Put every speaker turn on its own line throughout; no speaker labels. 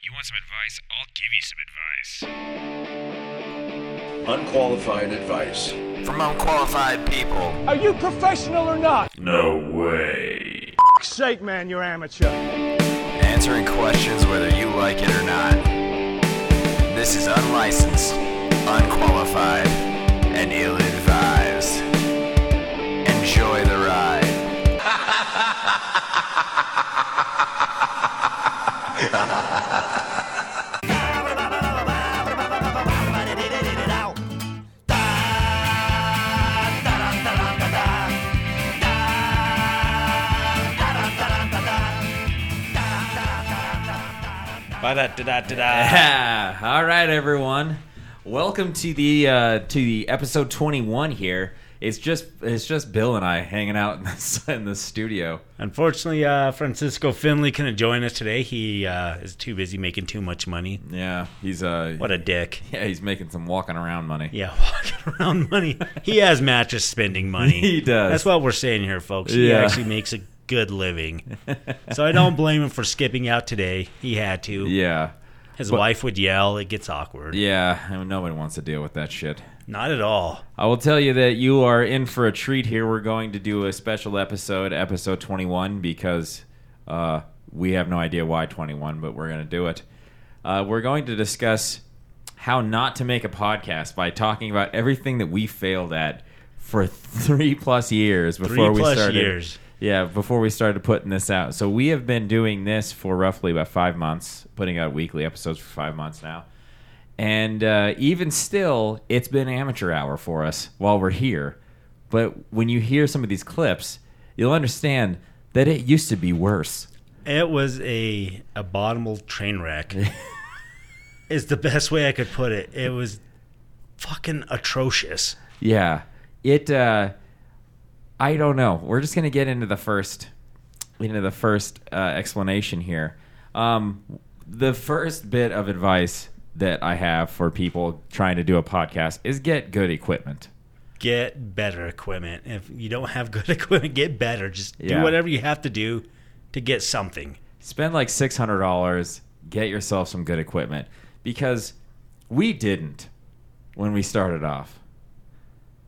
You want some advice? I'll give you some advice.
Unqualified advice.
from unqualified people.
Are you professional or not?
No way.
F- sake, man, you're amateur.
Answering questions whether you like it or not. This is unlicensed, unqualified, and ill advised. Enjoy the ride.
By that da da da da.
Yeah. All right, everyone. Welcome to the uh, to the episode 21 here. It's just it's just Bill and I hanging out in the in the studio.
Unfortunately, uh, Francisco Finley couldn't join us today. He uh, is too busy making too much money.
Yeah, he's uh
What a dick.
yeah, he's making some walking around money.
Yeah, walking around money. He has mattress spending money.
He does.
That's what we're saying here, folks. He
Yeah.
actually makes a good living. so I don't blame him for skipping out today. He had to.
Yeah.
His wife would yell. It gets awkward.
Yeah, I mean, nobody wants to deal with that shit.
Not at all.
I will tell you that you are in for a treat here. We're going to do a special episode, episode 21, because uh, we have no idea why 21, but we're going to do it. Uh, we're going to discuss how not to make a podcast by talking about everything that we failed at for three plus years before we
plus
started.
years.
Yeah, before we started putting this out. So we have been doing this for roughly about five months, putting out weekly episodes for five months now. And uh, even still, it's been amateur hour for us while we're here. But when you hear some of these clips, you'll understand that it used to be worse.
It was a a bottomable train wreck. is the best way I could put it. It was fucking atrocious.
Yeah. It uh I don't know. We're just going to get into the first into the first uh, explanation here. Um the first bit of advice that I have for people trying to do a podcast is get good equipment.
Get better equipment. If you don't have good equipment, get better. Just
Yeah.
do whatever you have to do to get something.
Spend like $600, get yourself some good equipment because we didn't when we started off.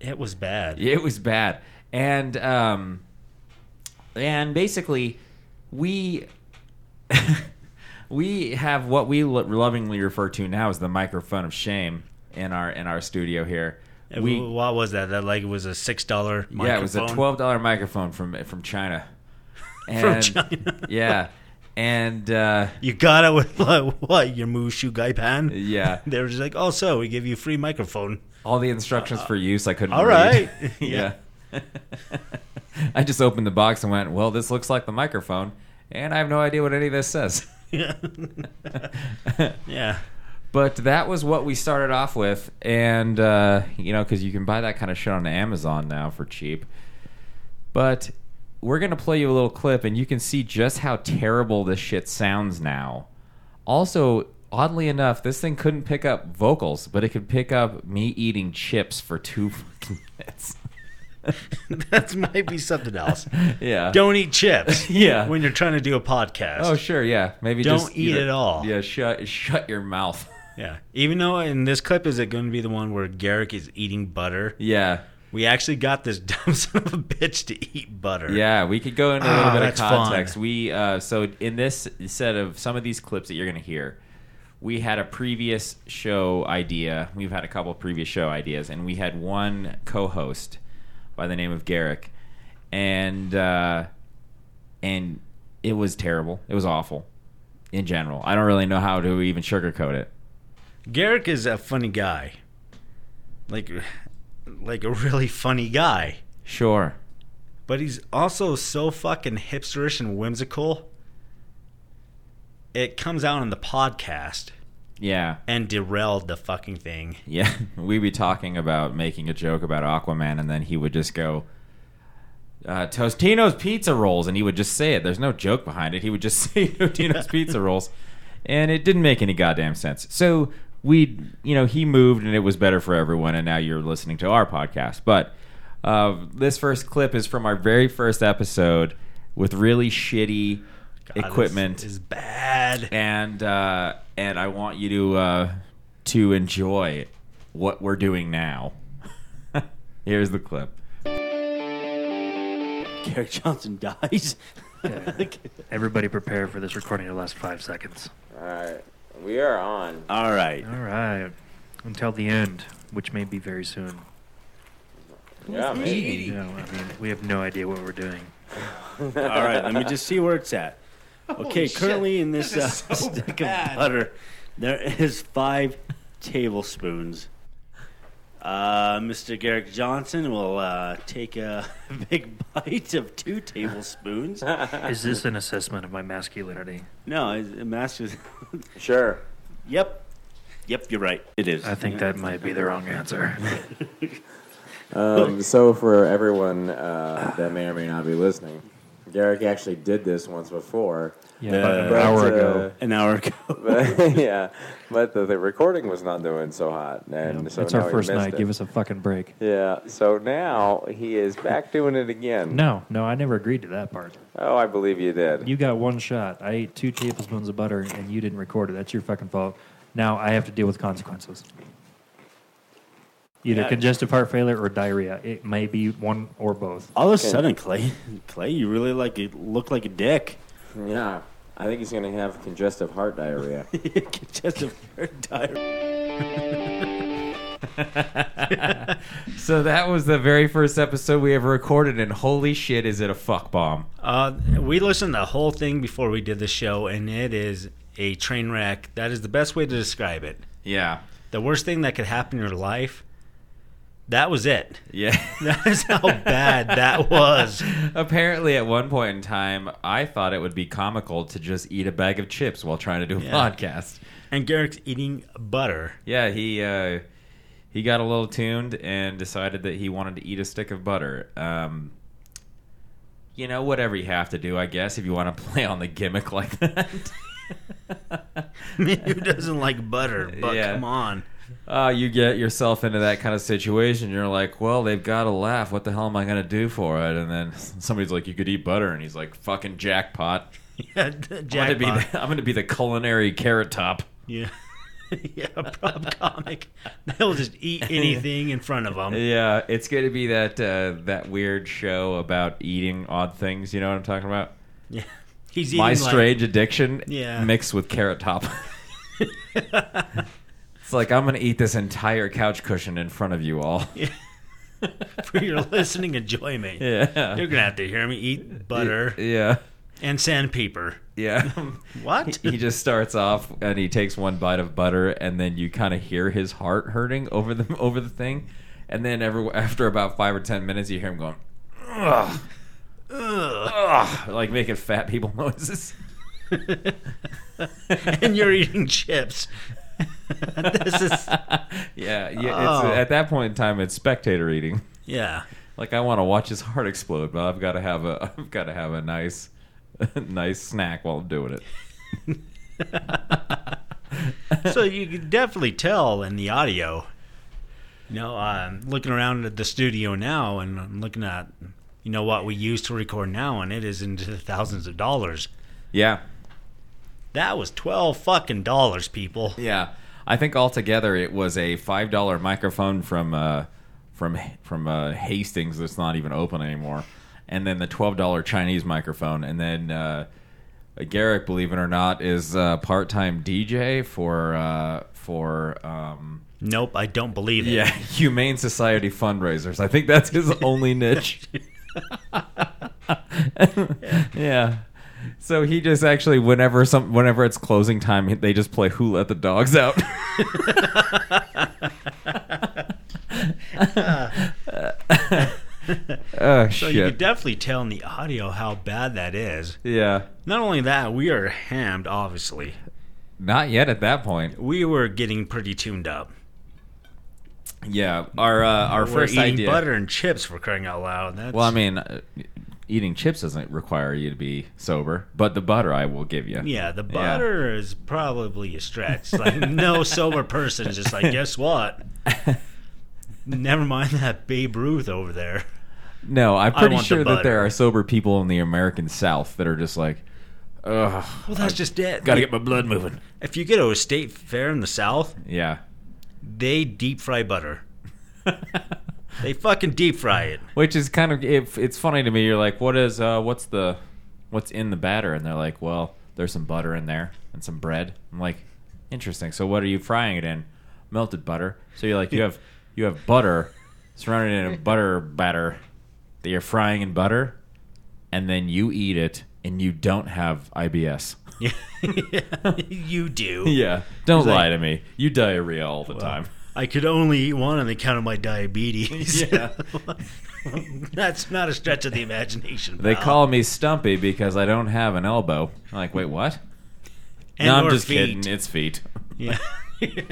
It was bad.
It was bad, and um, and basically, we we have what we lo- lovingly refer to now as the microphone of shame in our in our studio here.
It-
We
what was that? That like was a six dollar microphone.
yeah, it was a twelve dollar microphone from from China.
from
And-
China.
yeah, and uh,
You got it with like, what your Mushu Gaipan?
yeah,
They were just like, oh, so we give you a free microphone.
all the instructions for use I couldn't.
All
All
right.
right.
Yeah.
I just opened the box and went, "Well, this looks like the microphone," and I have no idea what any of this says.
yeah. yeah.
But that was what we started off with, and uh, you know, because you can buy that kind of shit on Amazon now for cheap. But we're gonna play you a little clip, and you can see just how terrible this shit sounds now. Also, oddly enough, this thing couldn't pick up vocals, but it could pick up me eating chips for two fucking minutes.
that might be something else.
yeah.
Don't eat chips.
Yeah.
When you're trying to do a podcast.
Oh, sure. Yeah. Maybe
Don't
just
eat at all.
Yeah. Shut. Shut your mouth.
Yeah. Even though in this clip is it going to be the one where Garrick is eating butter?
yeah.
We actually got this dumb son of a bitch to eat butter.
Yeah, we could go into a
Ah,
little bit of
that's fun.
context. We uh, so in this set of some of these clips that you're going to hear, we had a previous show idea. We've had a couple of previous show ideas, and we had one co-host by the name of Garrick, and uh, and it was terrible. It was awful in general. I don't really know how to even sugarcoat it.
Garrick is a funny guy. Like like a really funny guy.
Sure.
But he's also so fucking hipsterish and whimsical. It comes out on the podcast
Yeah.
and derailed the fucking thing.
Yeah, we'd be talking about making a joke about Aquaman, and then he would just go, uh, Tostino's Pizza Rolls, and he would just say it. There's no joke behind it. He would just say Tostino's Pizza Rolls, and it didn't make any goddamn sense. So we, you know, he moved, and it was better for everyone, and now you're listening to our podcast. But uh, this first clip is from our very first episode with really shitty
this
equipment.
is bad.
and uh, and I want you to uh, to enjoy what we're doing now. Here's the clip.
Garrett Johnson dies.
Everybody prepare for this recording to last five seconds.
We are on.
All right.
All right. Until the end, which may be very soon.
Yeah, man.
No, I mean, we have no idea what we're doing.
All right. Let me just see where it's at. Okay. currently in this, uh, stick of butter, there is five tablespoons. Uh, Mr. Garrick Johnson will uh, take a big bite of two tablespoons.
Is this an assessment of my masculinity?
No, it's- it matches.
Sure.
yep. Yep, you're right. It is.
I think that might be the wrong answer.
Um, so, for everyone uh, that may or may not be listening, Derek actually did this once before.
Yeah, about an
but,
hour
uh,
ago.
An hour ago.
But, yeah, but the, the recording was not doing so hot, and so
it's
now
our
he
first
missed
night.
It.
Give us a fucking break.
yeah, so now he is back doing it again.
No, no, I never agreed to that part.
Oh, I believe you did.
You got one shot. I ate two tablespoons of butter and you didn't record it. That's your fucking fault. Now I have to deal with consequences. Either
Yeah.
congestive heart failure or diarrhea. It may be one or both.
All of a sudden, Clay, Clay, you really like it. Look like a dick.
yeah, I think he's going to have congestive heart diarrhea.
Congestive heart diarrhea.
So that was the very first episode we ever recorded, and holy shit, is it a fuck bomb?
Uh, we listened to the whole thing before we did the show, and it is a train wreck. That is the best way to describe it.
Yeah,
The worst thing that could happen in your life. That was it.
yeah.
That is how bad that was.
Apparently, at one point in time, I thought it would be comical to just eat a bag of chips while trying to do a
Yeah.
podcast.
And Garrick's eating butter.
Yeah, he uh, he got a little tuned and decided that he wanted to eat a stick of butter. Um, you know, whatever you have to do, I guess, if you want to play on the gimmick like that.
Who doesn't like butter? But
Yeah.
come on.
uh, you get yourself into that kind of situation. You're like, well, they've got to laugh. What the hell am I going to do for it? And then somebody's like, you could eat butter. And he's like, fucking jackpot.
Yeah, d-
I'm going to be
jackpot.
the, I'm gonna be the culinary carrot top.
Yeah. yeah, prop comic. They'll just eat anything in front of them.
Yeah, it's going to be that, uh, that weird show about eating odd things. You know what I'm talking about?
Yeah. He's eating
my
like-
strange addiction
Yeah.
mixed with carrot top it's like i'm gonna eat this entire couch cushion in front of you all
for your listening enjoyment.
yeah
You're gonna have to hear me eat butter
yeah
and sandpaper.
yeah
What?
he just starts off and he takes one bite of butter and then you kind of hear his heart hurting over the over the thing and then every, after about five or ten minutes you hear him going Ugh. Ugh. like making fat people noises
and you're eating chips. this is
yeah, yeah. It's,
Oh.
At that point in time, it's spectator eating.
yeah.
Like I want to watch his heart explode, but I've got to have a I've got to have a nice nice snack while I'm doing it.
So you can definitely tell in the audio. You know, I'm looking around at the studio now, and I'm looking at you know what we use to record now, and it is into the thousands of dollars.
Yeah,
That was twelve fucking dollars, people.
yeah. I think altogether it was a five dollar microphone from uh, from from uh, Hastings that's not even open anymore, and then the twelve dollar Chinese microphone, and then uh, Garrick, believe it or not, is uh, part time DJ for uh, for. Um,
Nope, I don't believe it.
Yeah, humane society fundraisers. I think that's his only niche. yeah. So he just actually whenever some whenever it's closing time, they just play "Who Let the Dogs Out." oh
So you could
shit!
definitely tell in the audio how bad that is.
yeah,
Not only that, we are hammed, obviously.
not yet at that point.
We were getting pretty tuned up.
Yeah, our uh, our
We're
first
eating
idea.
butter and chips for crying out loud. That's,
Well, I mean, uh, eating chips doesn't require you to be sober, but the butter I will give you.
yeah, the butter is probably a stretch. Like no sober person is just like, guess what? Never mind that Babe Ruth over there.
No, I'm pretty
want the
sure that there
butter.
are sober people in the American South that are just like, Ugh,
Well, that's just it.
gotta get my blood moving.
if you go to a state fair in the South,
Yeah.
they deep fry butter. they fucking deep fry it.
Which is kind of it, it's funny to me. You're like, what is uh, what's the what's in the batter? And they're like, well, there's some butter in there and some bread. I'm like, interesting. So what are you frying it in? Melted butter. So you're like, you have you have butter surrounded in a butter batter that you're frying in butter, and then you eat it and you don't have IBS.
you do.
Yeah, don't lie to me. You diarrhea all the time.
I could only eat one on account of my diabetes.
Yeah.
That's not a stretch of the imagination.
They
pal.
call me Stumpy because I don't have an elbow. I'm like, wait, what?
And
no, I'm
or
just
feet.
kidding. It's feet.
Yeah.
the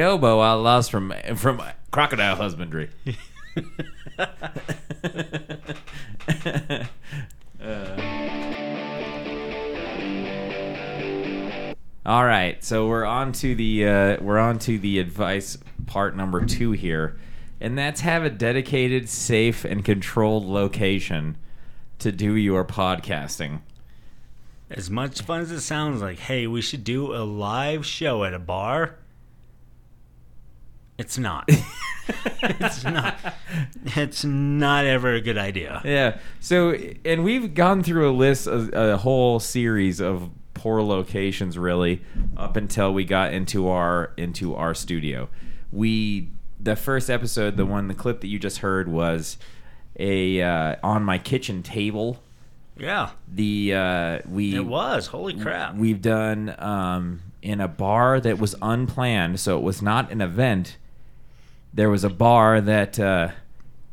elbow I lost from from crocodile husbandry. Uh, All right, so we're on to the uh, we're on to the advice part number two here, and that's have a dedicated, safe, and controlled location to do your podcasting.
As much fun as it sounds like, hey, we should do a live show at a bar. It's not. it's not. It's not ever a good idea.
Yeah. So, and we've gone through a list, a, a whole series of poor locations, really, up until we got into our into our studio. We the first episode, the one, the clip that you just heard was a uh, on my kitchen table.
Yeah,
The uh, we
it was. Holy crap.
we've done um, in a bar that was unplanned, so it was not an event. There was a bar that uh,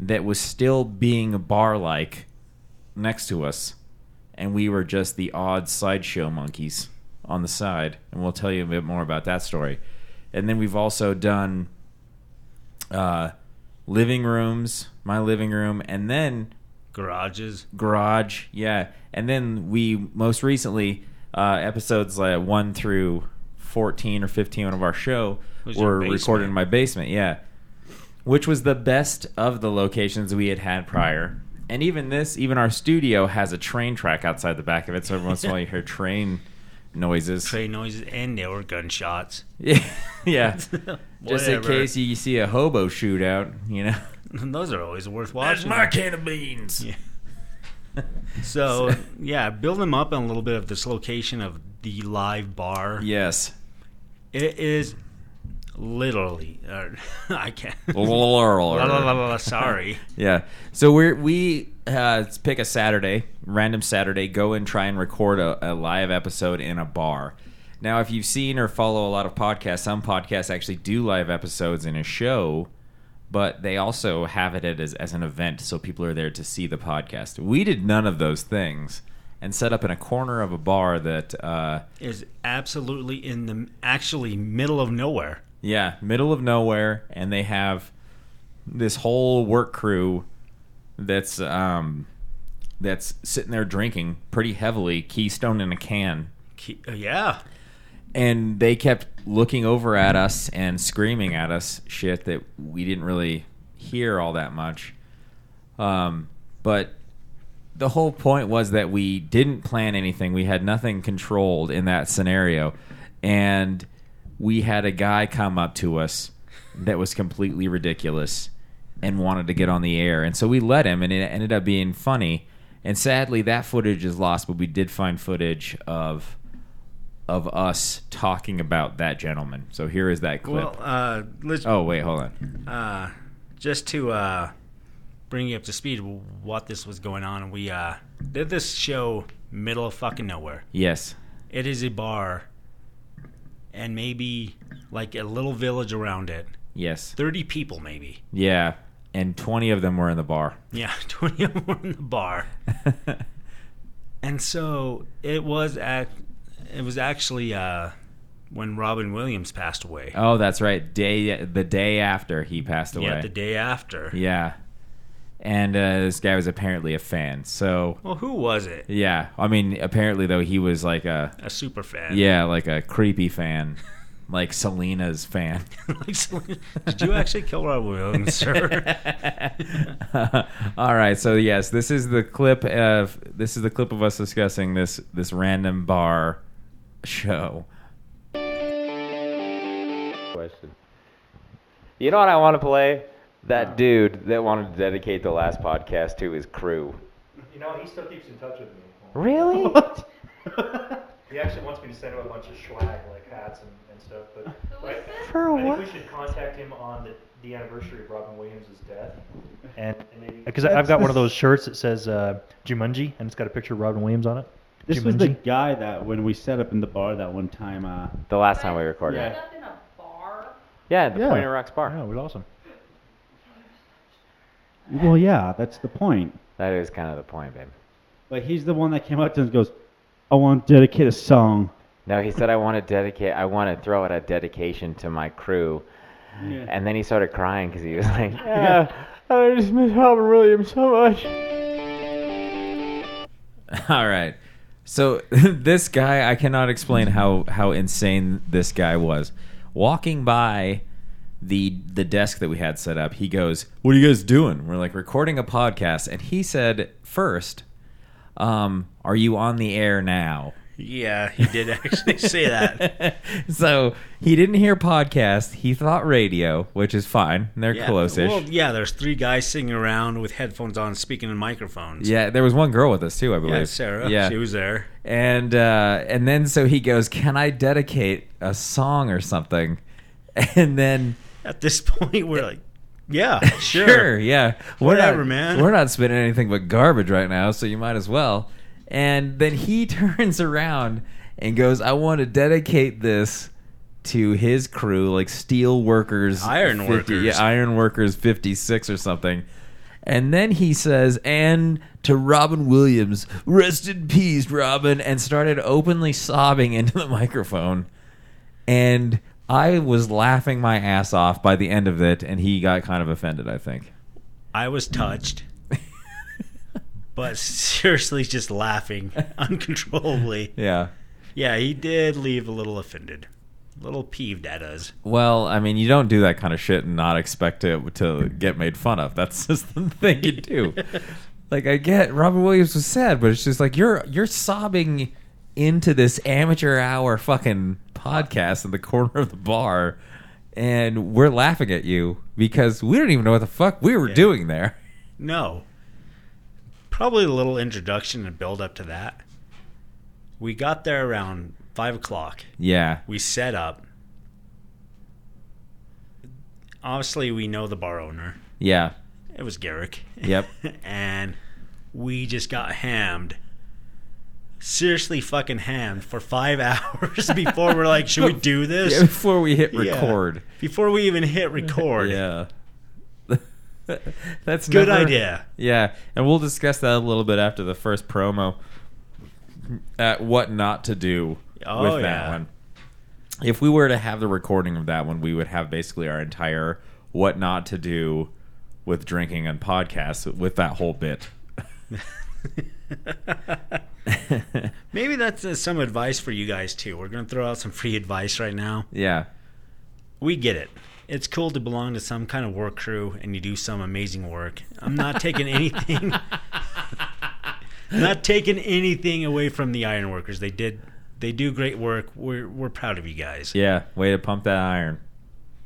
that was still being a bar like next to us, and we were just the odd sideshow monkeys on the side. And we'll tell you a bit more about that story. And then we've also done uh, living rooms, my living room, and then
Garages.
garage yeah and then we most recently uh episodes like 1 through 14 or 15 of our show
Was your
were
basement.
recorded in my basement yeah which was the best of the locations we had had prior and even this even our studio has a train track outside the back of it so every once in a while you hear train noises
Tray noises, and there were gunshots.
yeah yeah just in
Whatever.
case you see a hobo shootout you know
Those are always worth watching.
can of beans
So yeah, build them up on a little bit of this location of the live bar.
yes
It is literally. Uh, I can't.
Oh.
La, la, la, la, la, sorry.
Yeah. So we're, we uh, pick a Saturday, random Saturday, go and try and record a, a live episode in a bar. Now, if you've seen or follow a lot of podcasts, some podcasts actually do live episodes in a show, but they also have it as, as an event, so people are there to see the podcast. We did none of those things and set up in a corner of a bar that, uh,
Is absolutely in the actually middle of nowhere.
yeah, middle of nowhere, and they have this whole work crew that's um that's sitting there drinking pretty heavily, Keystone in a can.
Ke- uh, Yeah,
And they kept looking over at us and screaming at us shit that we didn't really hear all that much. Um but the whole point was that we didn't plan anything. We had nothing controlled in that scenario. And we had a guy come up to us that was completely ridiculous and wanted to get on the air. And so we let him, and it ended up being funny. And sadly, that footage is lost, but we did find footage of of us talking about that gentleman. So here is that clip.
Well, uh, let's
oh, wait, hold on.
uh, just to uh, bring you up to speed, what this was going on. We uh, did this show middle of fucking nowhere.
Yes.
It is a bar, and maybe like a little village around it.
Yes.
Thirty people, maybe.
Yeah. And 20 of them were in the bar.
Yeah, 20 of them were in the bar. and so it was at it was actually uh when Robin Williams passed away.
Oh, that's right. Day the day after he passed away.
yeah, the day after.
Yeah. And uh, this guy was apparently a fan. So
Well, who was it?
yeah, I mean, apparently though he was like a
A super fan.
yeah, like a creepy fan, like Selena's fan.
Did you actually kill Rob Williams, sir?
All right, so yes, this is the clip of this is the clip of us discussing this this random bar show.
question. You know what I want to play? That dude that wanted to dedicate the last podcast to his crew.
You know, he still keeps in touch with me.
Really?
He actually wants me to send him a bunch of swag, like hats and, and stuff. But I,
For
I think we
what?
should contact him on the, the anniversary of Robin Williams' death. And because
because
I've got one of those shirts that says uh, Jumanji, and it's got a picture of Robin Williams on it.
This was the guy that when we set up in the bar that one time. Uh,
The last time we recorded.
Yeah.
Yeah, yeah the
Yeah.
Pointer Rocks Bar.
Yeah, it was awesome.
well, yeah, that's the point.
That is kind of the point, babe.
But he's the one that came up to us and goes, "I want to dedicate a song."
No, he said I want to dedicate. I want to throw out a dedication to my crew,
Yeah.
and then he started crying because he was like, "Yeah, I just miss Robin Williams so much."
All right. So this guy, I cannot explain how how insane this guy was. Walking by the the desk that we had set up, he goes, "What are you guys doing?" We're like recording a podcast, and he said first, um, "Are you on the air now?"
yeah, he did actually say that.
so he didn't hear podcast. He thought radio, which is fine. They're
Yeah.
close-ish.
Well, yeah, there's three guys singing around with headphones on, speaking in microphones.
yeah, there was one girl with us too, I believe.
Yeah, Sarah.
Yeah,
She was there.
and uh, and then so he goes, "Can I dedicate a song or something?" And then
At this point, we're like, yeah, sure.
yeah, we're
Whatever,
not,
man.
We're not spitting anything but garbage right now, so you might as well. And then he turns around and goes, "I want to dedicate this." To his crew, like steel workers,
Iron
50
workers.
yeah, iron workers, fifty six or something, and then he says, "And to Robin Williams, rest in peace, Robin," and started openly sobbing into the microphone and I was laughing my ass off by the end of it, and he got kind of offended. I think.
I was touched, but seriously, just laughing uncontrollably.
Yeah.
Yeah, he did leave a little offended, a little peeved at us.
Well, I mean, you don't do that kind of shit and not expect to to get made fun of. That's just the thing you do. like I get Robin Williams was sad, but it's just like you're you're sobbing into this amateur hour fucking podcast in the corner of the bar, and we're laughing at you because we don't even know what the fuck we were doing there.
No. Probably a little introduction and build up to that. We got there around five o'clock.
Yeah.
We set up. Obviously, we know the bar owner.
Yeah.
It was Garrick.
Yep.
and we just got hammed. Seriously, fucking hammed for five hours before we're like, should we do
Yeah,
this?
before we hit
Yeah.
record.
Before we even hit record.
Yeah. That's
Good
never-
idea.
Yeah, and we'll discuss that a little bit after the first promo. At what not to do
Oh,
with that
yeah.
one. If we were to have the recording of that one, we would have basically our entire what not to do with drinking and podcasts with that whole bit.
Maybe that's uh, some advice for you guys too. We're going to throw out some free advice right now.
yeah.
We get it. It's cool to belong to some kind of work crew and you do some amazing work. I'm not taking anything not taking anything away from the ironworkers. They did they do great work. We're we're proud of you guys.
Yeah. Way to pump that iron.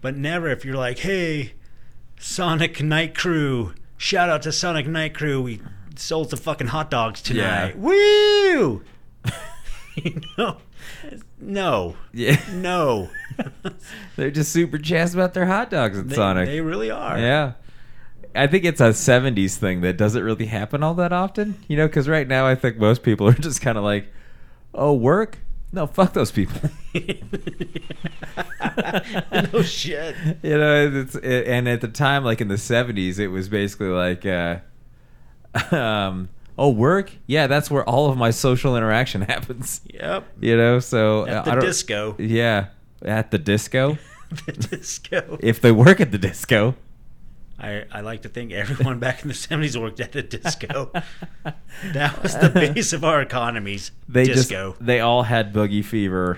But never if you're like, "Hey, Sonic Night Crew, shout out to Sonic Night Crew. We sold some fucking hot dogs tonight."
Yeah.
Woo! you know? No.
Yeah.
No.
They're just super jazzed about their hot dogs at
They,
Sonic.
they really are.
Yeah. I think it's a 70s thing that doesn't really happen all that often. You know, because right now I think most people are just kind of like, oh, work? No, fuck those people.
no shit.
you know, it's, it, and at the time, like in the 70s, it was basically like, uh, um, oh, work? Yeah, that's where all of my social interaction happens.
Yep.
You know, so. uh,
At
I
the
don't-
disco.
Yeah. At the disco?
the disco.
if they work at the disco.
I, I like to think everyone back in the 70s worked at a disco. that was the base of our economies.
they
disco.
just they all had boogie fever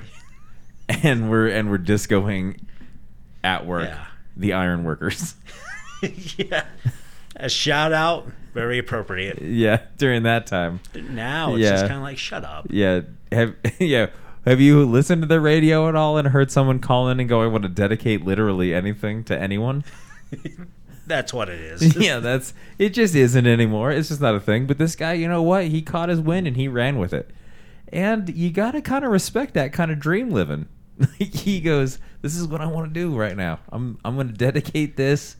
and we're and we're discoing at work.
Yeah.
The iron workers.
yeah. A shout out, very appropriate.
yeah, during that time.
Now it's just kinda like, shut up.
Yeah. Have yeah. Have you listened to the radio at all and heard someone call in and go, I want to dedicate literally anything to anyone?
That's what it is.
yeah, that's it just isn't anymore. It's just not a thing. But this guy, you know what? He caught his wind and he ran with it. And you gotta kinda respect that kind of dream living. he goes, This is what I want to do right now. I'm I'm gonna dedicate this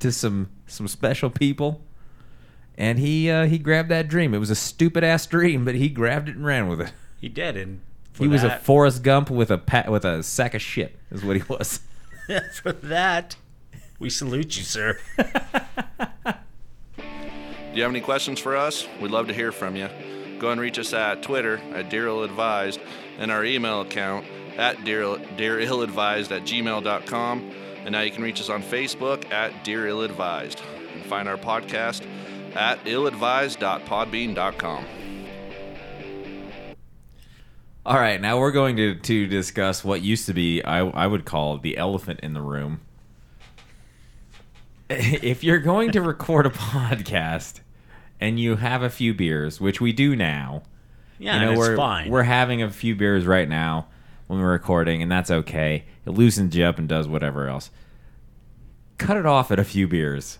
to some some special people. And he uh, he grabbed that dream. It was a stupid ass dream, but he grabbed it and ran with it.
He did and for
he was a
that-
Forrest Gump with a pat with a sack of shit, is what he was.
for that. We salute you, sir.
Do you have any questions for us? We'd love to hear from you. Go and reach us at Twitter at Dear Ill Advised and our email account at Dear, Dear Ill Advised at gmail.com. And now you can reach us on Facebook at Dear Ill Advised and find our podcast at illadvised.podbean.com.
All right, now we're going to, to discuss what used to be I, I would call the elephant in the room. if you're going to record a podcast and you have a few beers, which we do now,
Yeah,
you
and it's
we're
fine.
we're having a few beers right now when we're recording, and that's okay. It loosens you up and does whatever else. Cut it off at a few beers.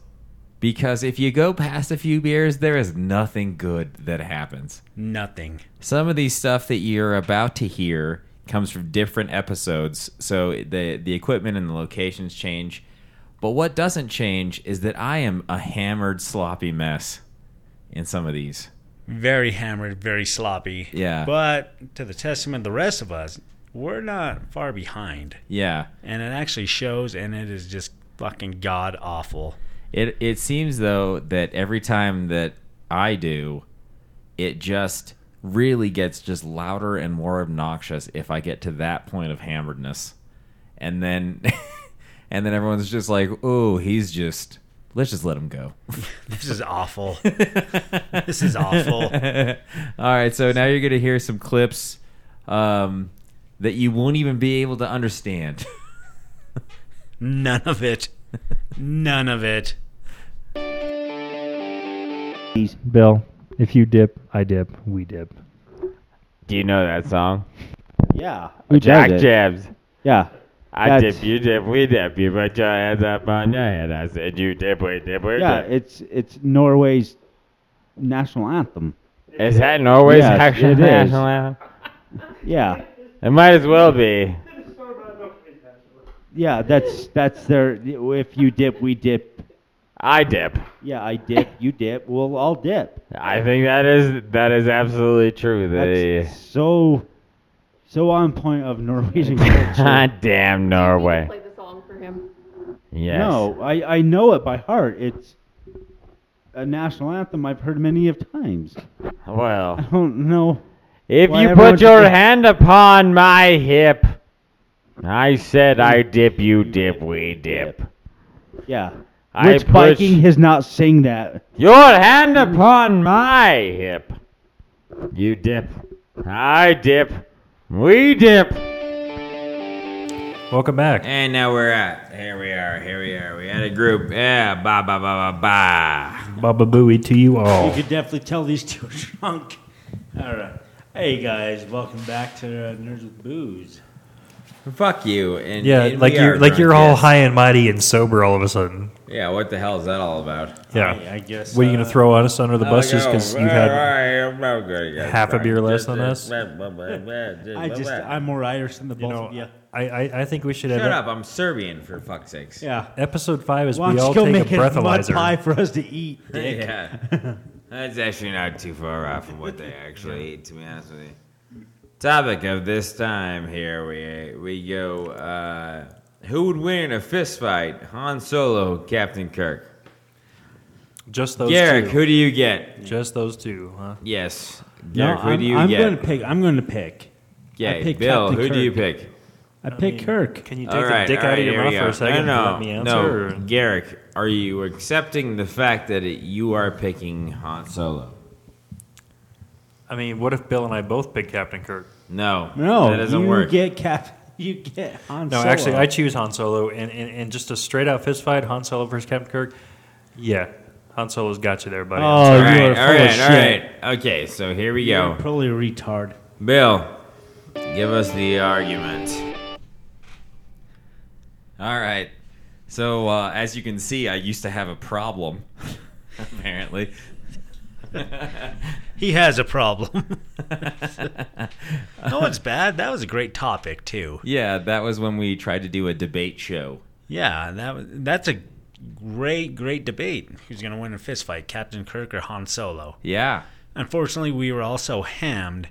Because if you go past a few beers, there is nothing good that happens.
Nothing.
Some of these stuff that you're about to hear comes from different episodes, so the the equipment and the locations change. But what doesn't change is that I am a hammered, sloppy mess in some of these.
Very hammered, very sloppy.
Yeah.
But to the testament of the rest of us, we're not far behind.
Yeah.
And it actually shows and it is just fucking god awful.
It it seems though that every time that I do, it just really gets just louder and more obnoxious if I get to that point of hammeredness. And then and then everyone's just like, "Oh, he's just let's just let him go."
This is awful. this is awful.
All right, so now you're going to hear some clips um, that you won't even be able to understand.
None of it. None of it.
Bill, if you dip, I dip, we dip.
Do you know that song?
Yeah.
Jack Jabs.
Yeah.
I
That's-
dip, you dip, we dip. You put your hands up on your head. I said, you dip, we dip, we
Yeah,
dip.
it's it's Norway's national anthem.
Is that Norway's
Yes,
actual
it is.
national anthem?
Yeah.
It might as well be.
Yeah, that's that's their if you dip, we dip.
I dip.
Yeah, I dip, you dip, we'll all dip.
I think that is that is absolutely true. The
That's so so on point of Norwegian culture.
goddamn Norway.
play the song for him.
Yes.
No, I, I know it by heart. It's a national anthem I've heard many of times.
Well, I
don't know.
If
why
you
everyone
put your
just-
hand upon my hip, I said I dip, you dip, we dip.
Yeah.
I
Rich
push-
Viking has not sang that.
Your hand upon my hip. You dip. I dip. We dip.
Welcome back.
And now we're at here we are here we are we had a group yeah ba ba ba ba ba.
Baba Booey to you all.
You could definitely tell these two are drunk. All right. Hey guys, welcome back to uh, Nerds with Booze.
Fuck you and
Yeah,
and
like
we
you're-
are
like
drunk,
you're all
yes.
high and mighty and sober all of a sudden.
Yeah, what the hell is that all about?
Yeah. I- I guess, What, are you gonna uh, throw us under the bus just 'cause you had half a beer less than us?
I
uh, I
just
just-
shut
I'm more Irish than the both of you. uh, I, I, I think we should have.
up! I'm Serbian for fuck's sakes.
Yeah. Episode five is Why we don't you all go take a make it mud breathalyzer. pie for us to eat, dick.
Yeah, that's actually not too far off from what they actually eat. To be honest with you. Topic of this time here we we go. Uh, who would win in a fist fight? Han Solo, Captain Kirk.
Just those
Garrick,
two.
who do you get?
Just those two, huh?
Yes.
No,
Garrick, who
I'm-
do you
I'm
get?
gonna pick. I'm going to pick.
Yeah,
I pick
Bill,
Captain
who do you
Kirk.
pick?
I pick Kirk.
Can
All right, all right, here we go. No, no,
answer,
No, Garrick, are you accepting the fact that it, you are picking Han Solo?
I mean, what if Bill and I both pick Captain Kirk?
No.
No,
that doesn't
you
work.
get Cap.
you get Han
No,
Solo.
actually, I choose Han Solo, and, and, and just a straight out fist fight, Han Solo versus Captain Kirk. Yeah, Han Solo's got you there, buddy.
Oh,
I'm sorry.
you are
all
full of
right, all
shit.
right. Okay, so here we
You're
go.
probably a retard.
Bill, give us the argument.
All right. So uh, as you can see, I used to have a problem. apparently,
He has a problem. no, it's bad. That was a great topic too.
yeah, that was when we tried to do a debate show.
Yeah, that was- that's a great, great debate. Who's going to win a fist fight, Captain Kirk or Han Solo?
Yeah.
Unfortunately, we were all so hammed.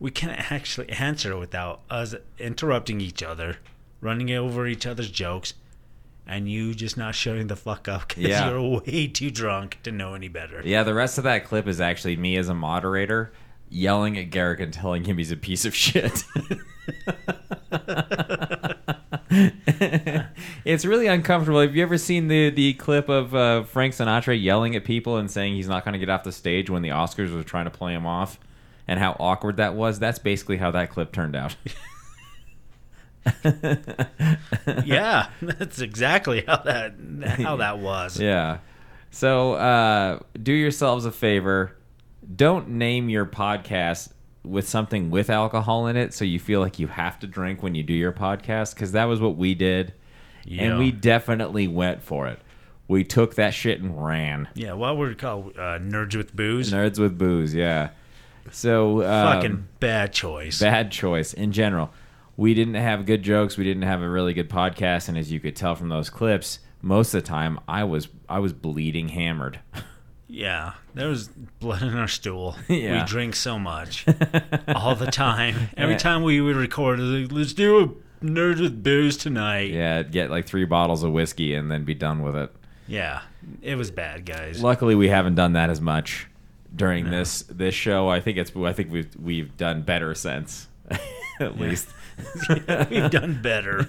We can't actually answer without us interrupting each other, running over each other's jokes, and you just not shutting the fuck up because
Yeah.
you're way too drunk to know any better.
Yeah, the rest of that clip is actually me as a moderator yelling at Garrick and telling him he's a piece of shit. it's really uncomfortable. Have you ever seen the the clip of uh, Frank Sinatra yelling at people and saying he's not going to get off the stage when the Oscars were trying to play him off, and how awkward that was? That's basically how that clip turned out.
yeah, that's exactly how that how that was.
Yeah. So uh, do yourselves a favor. Don't name your podcast with something with alcohol in it so you feel like you have to drink when you do your podcast because that was what we did.
Yeah.
And we definitely went for it. We took that shit and ran.
Yeah, what would it call uh, nerds with booze?
Nerds with booze, yeah. So um,
Fucking bad choice.
Bad choice in general. We didn't have good jokes. We didn't have a really good podcast, and as you could tell from those clips, most of the time I was I was bleeding hammered.
Yeah, there was blood in our stool.
Yeah.
We drink so much all the time. Every
Yeah.
time we would record, it was like, let's do a nerd with booze tonight.
Yeah, I'd get like three bottles of whiskey and then be done with it.
Yeah, it was bad, guys.
Luckily, we haven't done that as much during this this show. I think it's I think we've we've done better since, at least.
We've done better.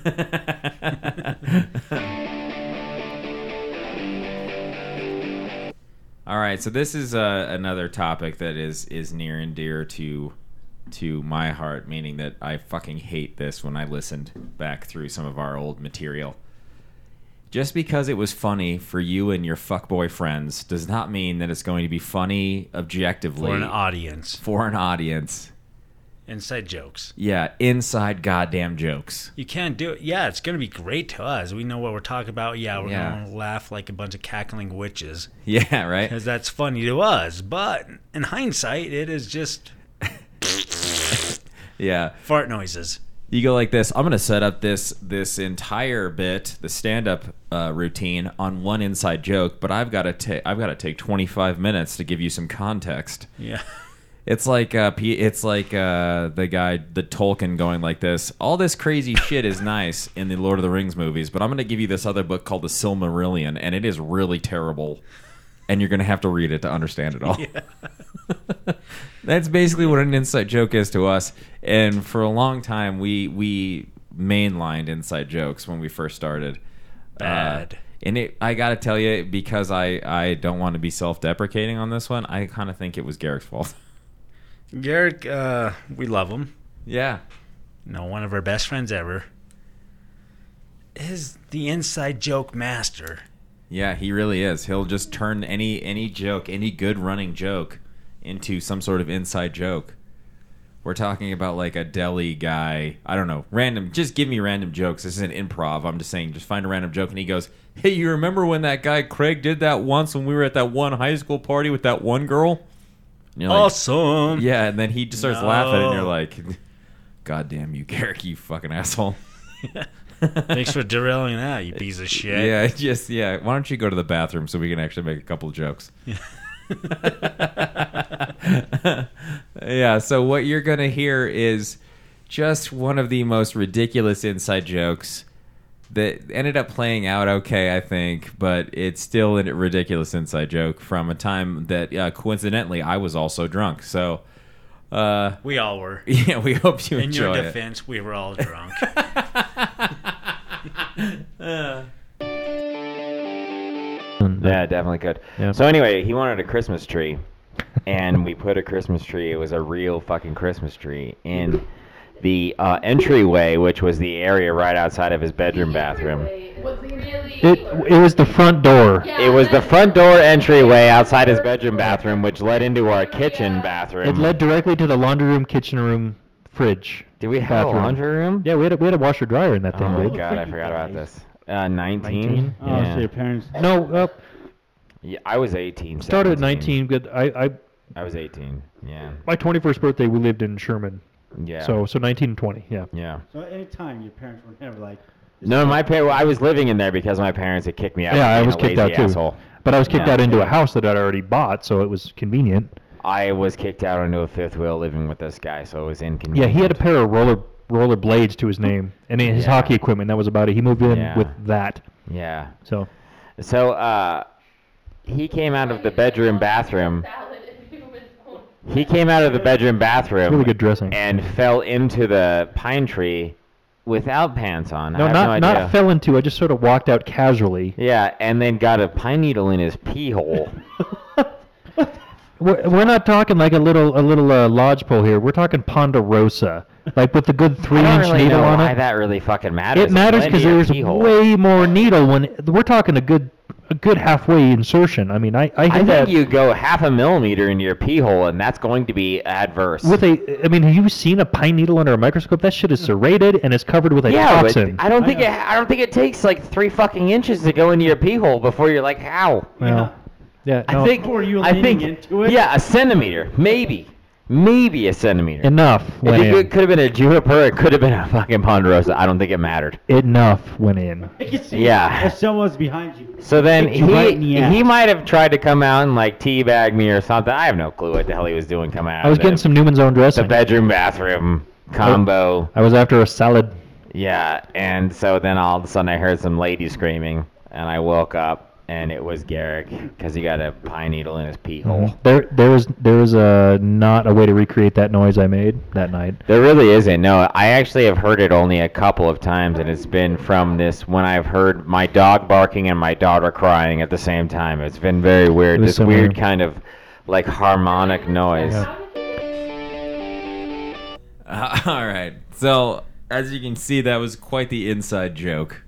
All right, so this is uh, another topic that is is near and dear to to my heart, meaning that I fucking hate this when I listened back through some of our old material. Just because it was funny for you and your fuckboy friends does not mean that it's going to be funny objectively
For an audience.
For an audience.
Inside jokes.
Yeah, inside goddamn jokes.
You can't do it. Yeah, it's going to be great to us. We know what we're talking about. Yeah, we're
Yeah.
going to laugh like a bunch of cackling witches
Yeah, right?
because that's funny to us. But in hindsight, it is just
Yeah.
fart noises.
you go like this i'm going to set up this this entire bit the stand-up uh, routine on one inside joke but i've got to take i've got to take 25 minutes to give you some context
Yeah.
it's like uh, P- it's like uh, the guy the Tolkien going like this. All this crazy shit is nice in the Lord of the Rings movies, but I'm going to give you this other book called the Silmarillion, and it is really terrible, and you're going to have to read it to understand it all. That's basically what an inside joke is to us, and for a long time we we mainlined inside jokes when we first started. Uh,
Bad.
and it, I gotta tell you, because I, I don't want to be self deprecating on this one, I kind of think it was Garrick's fault.
Garrick, uh, we love him.
Yeah.
No, one of our best friends ever is the inside joke master.
Yeah, he really is. He'll just turn any any joke, any good running joke, into some sort of inside joke. We're talking about like a deli guy. I don't know, random. Just give me random jokes. This isn't improv. I'm just saying, just find a random joke, and he goes, "Hey, you remember when that guy Craig did that once when we were at that one high school party with that one girl?" And you're like,
awesome.
Yeah, and then he just starts laughing, and you're
Oh, No.
like, "God damn you, Garrick, you fucking asshole."
Thanks for derailing that, you piece of shit.
Yeah, just yeah. Why don't you go to the bathroom so we can actually make a couple jokes? yeah. So what you're gonna hear is just one of the most ridiculous inside jokes that ended up playing out okay, I think, but it's still a ridiculous inside joke from a time that uh, coincidentally I was also drunk. So. Uh,
We all were.
Yeah, we hope you
In
enjoy
your
it.
defense, we were all drunk.
Yeah, definitely could.
Yeah.
So anyway, he wanted a Christmas tree, and we put a Christmas tree. It was a real fucking Christmas tree, and the uh, entryway, which was the area right outside of his bedroom bathroom.
It it was the front door.
It was the front door entryway outside his bedroom bathroom, which led into our kitchen
It
bathroom.
led directly to the laundry room, kitchen room, fridge.
Did we have a
bathroom.
laundry room?
Yeah, we had a, we had a washer dryer in that
Oh
thing.
my
dude.
god, I forgot about this. Uh, 19?
Nineteen? Oh, so your
parents.
No, uh,
Yeah, I was 18.
started at
17.
nineteen. Good. I I
I was 18. Yeah.
my twenty first birthday we lived in Sherman.
Yeah.
So so nineteen and twenty. Yeah.
Yeah.
So at any time, your parents were never like,
No, my parents. Well, I was living in there because my parents had kicked me out.
Yeah,
for
I
being
was
a
kicked out
lazy
too.
asshole.
But I was kicked
Yeah.
out into a house that I'd already bought, so it was convenient.
I was kicked out onto a fifth wheel living with this guy, so it was
Yeah,
inconvenient.
he had a pair of roller roller blades to his name, and his
Yeah.
hockey equipment. That was about it. He moved in
Yeah.
with that.
Yeah.
So
So uh, he came out of the bedroom bathroom. He came out of the bedroom bathroom.
Really good dressing.
And fell into the pine tree without pants on. I
no,
have
not
no idea.
not fell into. I just sort of walked out casually.
Yeah, and then got a pine needle in his pee hole.
We're, we're not talking like a little a little uh, lodgepole here. We're talking Ponderosa, like with the good three
I don't
inch
really
needle
know
on
why
it.
that really fucking matters.
It
It's
matters
Lindy
because
in a
there's
pee hole.
way more needle when we're talking a good a good halfway insertion. I mean, I
I
I, hit
think
that
you go half a millimeter into your pee hole, and that's going to be adverse.
with a. I mean, have you seen a pine needle under a microscope? That shit is serrated and it's covered with a
yeah, but
toxin.
I don't think it, I don't think it takes like three fucking inches to go into your pee hole before you're like, how?
Well, yeah.
I
no.
think. I think. Yeah, a centimeter, maybe, maybe a centimeter.
enough.
It,
Went in.
could have been a juniper. It could have been a fucking ponderosa. I don't think it mattered.
Enough went in.
Yeah.
if someone's behind you,
So then
kick you right in the
he
ass.
he might have tried to come out and like teabag me or something. I have no clue what the hell he was doing coming out.
I
of
was
the-
getting some Newman's own
the
dressing.
bedroom bathroom um, combo.
I was after a salad.
Yeah, and so then all of a sudden I heard some lady screaming, and I woke up, and it was Garrick because he got a pine needle in his pee hole.
There, there was, there was uh, not a way to recreate that noise I made that night.
There really isn't. No, I actually have heard it only a couple of times, and it's been from this when I've heard my dog barking and my daughter crying at the same time. It's been very weird.
It was
This
similar.
weird kind of like harmonic noise.
Uh, all right. So, as you can see, that was quite the inside joke.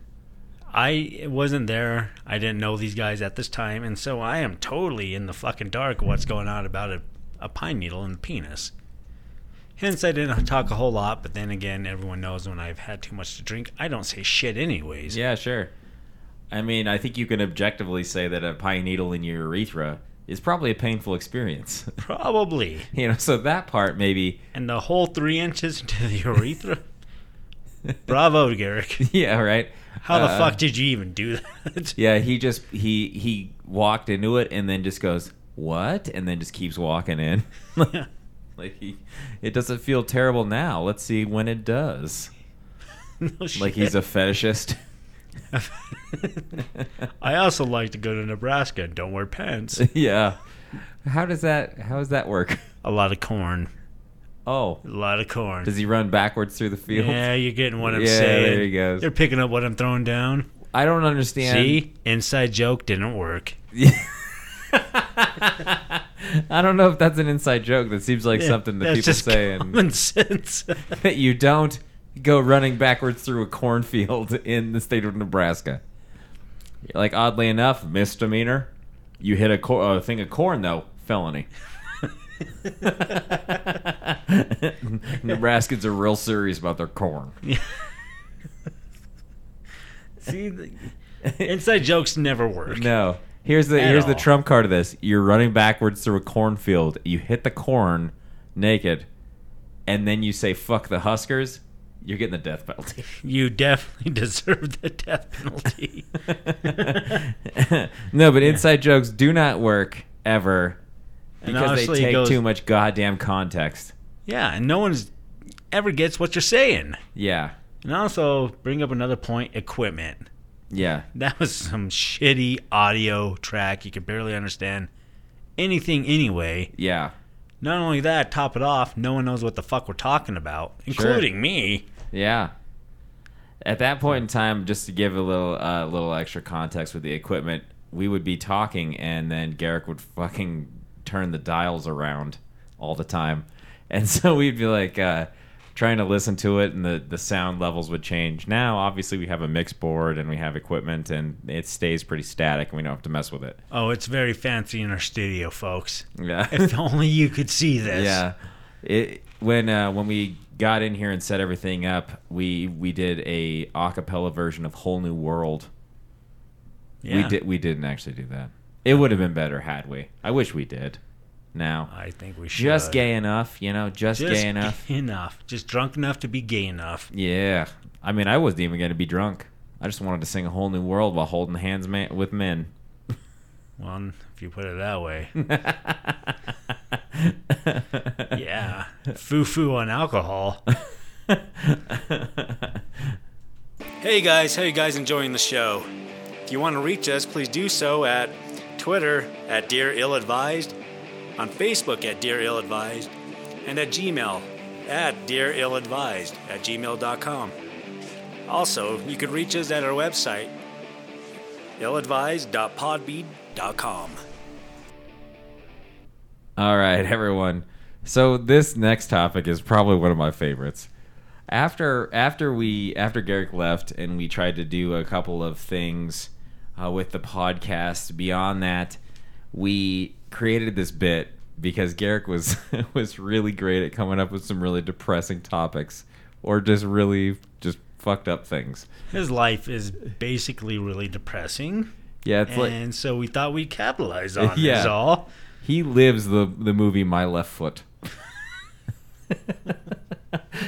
I wasn't there. I didn't know these guys at this time, and so I am totally in the fucking dark what's going on about a, a pine needle and a penis. Hence, I didn't talk a whole lot, but then again, everyone knows when I've had too much to drink, I don't say shit anyways.
Yeah, sure. I mean, I think you can objectively say that a pine needle in your urethra is probably a painful experience.
Probably.
you know, so that part maybe.
And the whole three inches into the urethra? Bravo, Garrick.
Yeah, right.
How the
Uh,
fuck did you even do that?
Yeah, he just he he walked into it and then just goes what and then just keeps walking in. like he, it doesn't feel terrible now. Let's see when it does.
No
like he's a fetishist.
I also like to go to Nebraska and don't wear pants.
yeah. How does that how does that work?
A lot of corn.
Oh,
a lot of corn.
Does he run backwards through the field?
Yeah, you're getting what I'm
Yeah,
saying.
There he goes.
They're picking up what I'm throwing down.
I don't understand.
See, inside joke didn't work.
I don't know if that's an inside joke. That seems like
Yeah,
something that
that's
people
just
say. and-
common sense.
that you don't go running backwards through a cornfield in the state of Nebraska. Like oddly enough, misdemeanor. You hit a, cor- a thing of corn though, felony. Nebraskans are real serious about their corn.
See, the, inside jokes never work.
No. Here's the
At
here's the
all.
trump card of this. You're running backwards through a cornfield. You hit the corn naked, and then you say "fuck the Huskers." You're getting the death penalty.
You definitely deserve the death penalty.
no, but inside jokes do not work ever
And
because they
honestly, it
take
goes-
too much goddamn context.
yeah, and no one's ever gets what you're saying.
Yeah,
And also bring up another point: equipment.
yeah.
That was some shitty audio track. You could barely understand anything anyway.
Yeah.
Not only that, top it off, no one knows what the fuck we're talking about, including me.
Yeah. At that point in time, just to give a little uh, little extra context with the equipment, we would be talking, and then Garrick would fucking turn the dials around all the time, and so we'd be like uh, trying to listen to it and the, the sound levels would change. Now, obviously, we have a mix board and we have equipment and it stays pretty static and we don't have to mess with it.
Oh, it's very fancy in our studio, folks.
Yeah.
If only you could see this.
Yeah. It when uh, when we got in here and set everything up, we we did a acapella version of Whole New World. We
Yeah.
did we didn't actually do that. It would have been better had we. I wish we did. Now
I think we
Just
should.
gay enough, you know, just,
Just
gay enough.
gay enough. Just drunk enough to be gay enough.
Yeah. I mean I wasn't even gonna be drunk. I just wanted to sing a whole new world while holding hands man- with men.
Well, if you put it that way. yeah. Foo foo on alcohol.
Hey guys, how you guys enjoying the show? If you want to reach us, please do so at Twitter at Dear Ill Advised, on Facebook at Dear Ill Advised, and at Gmail at Dear Ill Advised at gmail.com. Also, you can reach us at our website, illadvised.podbean.com.
All right, everyone. So this next topic is probably one of my favorites. After after we after Garrick left and we tried to do a couple of things uh, with the podcast. Beyond that, we created this bit because Garrick was was really great at coming up with some really depressing topics or just really just fucked up things.
His life is basically really depressing.
Yeah, it's like-
and so we thought we'd capitalize on
yeah.
this all.
He lives the the movie My Left Foot.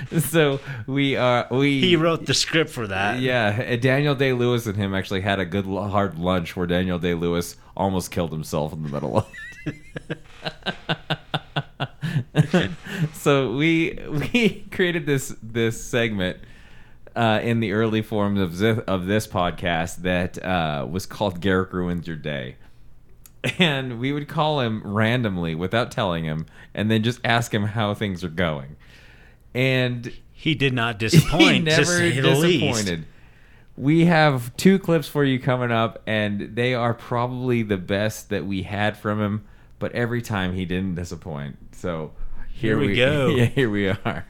so we are we
He wrote the script for that.
Yeah, and Daniel Day Lewis and him actually had a good l- hard lunch where Daniel Day Lewis almost killed himself in the middle of it. so we we created this this segment uh, in the early forms of this, of this podcast that uh, was called Garrick ruins your day. And we would call him randomly without telling him, and then just ask him how things are going. And
he did not disappoint,
He
to
never
say the least.
disappointed. We have two clips for you coming up, and they are probably the best that we had from him. But every time he didn't disappoint. So
Here
here,
we go.
Yeah, here we are.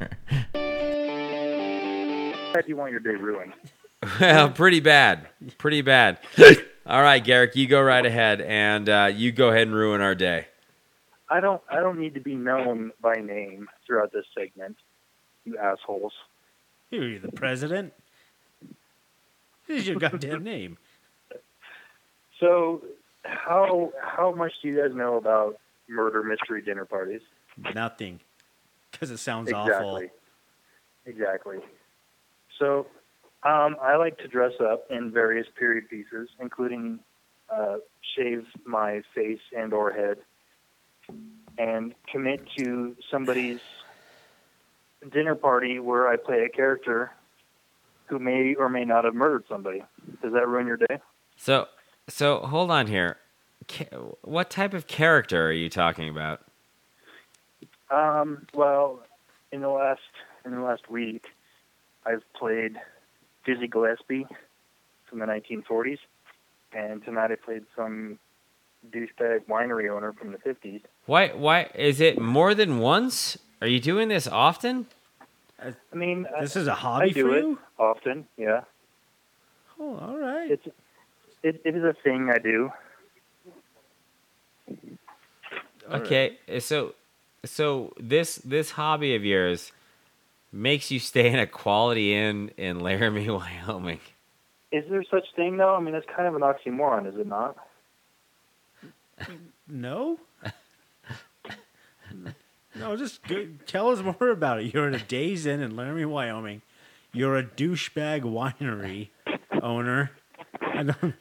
How do you want your day ruined?
Well, pretty bad. Pretty bad. All right, Garrick, you go right ahead, and uh, you go ahead and ruin our day.
I don't. I don't need to be known by name throughout this segment. You assholes.
Here, you're the president. This is your goddamn name.
So, how how much do you guys know about murder mystery dinner parties?
Nothing. Because it sounds awful.
exactly. Exactly. So, um, I like to dress up in various period pieces, including uh, shave my face and or head, and commit to somebody's dinner party where I play a character who may or may not have murdered somebody. Does that ruin your day?
So, so hold on here. Ca- What type of character are you talking about?
Um, well, in the last in the last week, I've played Dizzy Gillespie from the 1940s, and tonight I played some douchebag winery owner from the 50s.
Why? Why is it more than once? Are you doing this often?
I mean,
This
I,
is a hobby
I do
for
it
you?
often. Yeah,
Oh, all right.
it's it, it is a thing I do.
Okay, so so this this hobby of yours makes you stay in a Quality Inn in Laramie, Wyoming.
Is there such thing though? I mean, that's kind of an oxymoron, is it not?
No? no, just go, tell us more about it. You're at a Days Inn in Laramie, Wyoming. You're a douchebag winery owner. I don't,